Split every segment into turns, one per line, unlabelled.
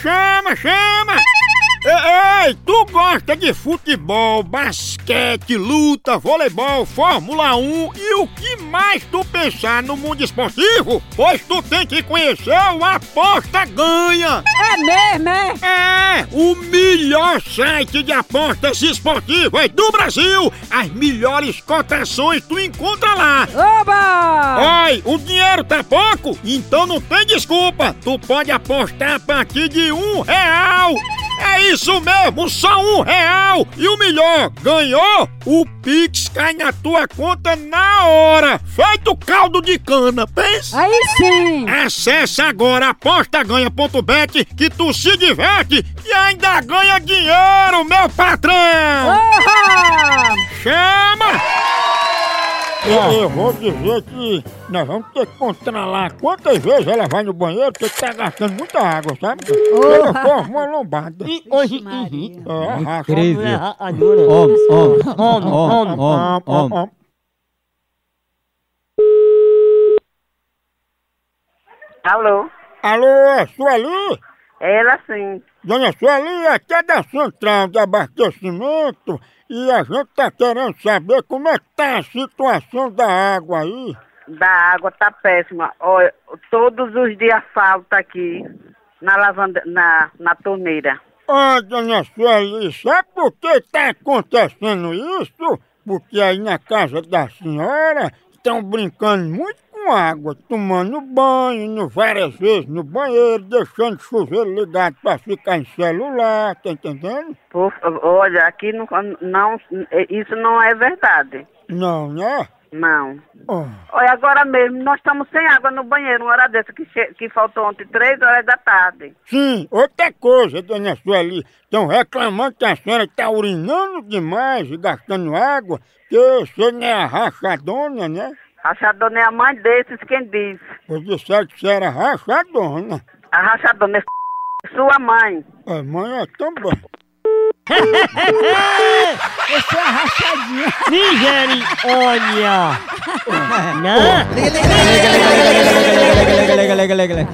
chama, chama! Ei, ei, tu gosta de futebol, basquete, luta, voleibol, Fórmula 1 e o que mais tu pensar no mundo esportivo? Pois tu tem que conhecer o Aposta Ganha!
É mesmo, é?
É, o melhor site de apostas esportivas do Brasil! As melhores cotações tu encontra lá!
Oba!
Ai, o dinheiro tá pouco? Então não tem desculpa! Tu pode apostar a partir de um real! É isso mesmo, só um real! E o melhor, ganhou? O Pix cai na tua conta na hora! Feito caldo de cana, pensa!
Aí sim!
Acesse agora apostaganha.bet que tu se diverte e ainda ganha dinheiro, meu patrão!
Oba!
Chama! Eu, eu vou dizer que nós vamos ter que controlar quantas vezes ela vai no banheiro, porque tá gastando muita água, sabe? Ela forma uma lombada.
E hoje.
Maria.
É, arrasta.
Incrível.
Adoro.
Homem, homem,
Homem,
homem, homem, homem.
Alô?
Alô, é Sueli?
Ela sim.
Dona Sueli, aqui é da Central de Abastecimento e a gente tá querendo saber como é que tá a situação da água aí.
Da água tá péssima. Olha, todos os dias falta aqui na lavanda, na, na torneira.
Ó, dona Sueli, sabe por que tá acontecendo isso? Porque aí na casa da senhora estão brincando muito com água, tomando banho no- várias vezes no banheiro, deixando o chuveiro ligado pra ficar em celular, tá entendendo?
Por- olha, aqui não, não- isso não é verdade.
Não, né?
Não.
Ó.
Olha, agora mesmo, nós estamos sem água no banheiro, uma hora dessa, que, che- que faltou ontem, três horas da tarde.
Sim, outra coisa, dona Sueli. Estão reclamando que a senhora está urinando demais e gastando água, que você não é a rachadona, né?
A Rachadona é a mãe desses quem diz.
Pois disseram que você era rachadona.
A Rachadona é sua mãe.
A mãe é também.
Nigeriônia. Né?
Lega, lega, lega, lega, lega.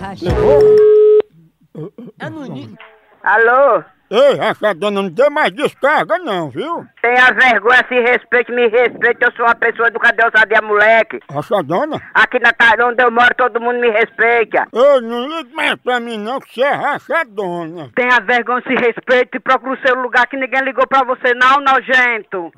Alô?
Ei, rachadona, não dê mais descarga não, viu?
Tenha vergonha, se respeite, me respeite. Eu sou uma pessoa do Cadê Ousadia, moleque.
Rachadona.
Aqui na casa onde eu moro, todo mundo me respeita.
Ei, não ligue mais pra mim não, que você é rachadona.
Tenha vergonha, se respeite e procure o seu lugar que ninguém ligou pra você, não, nojento.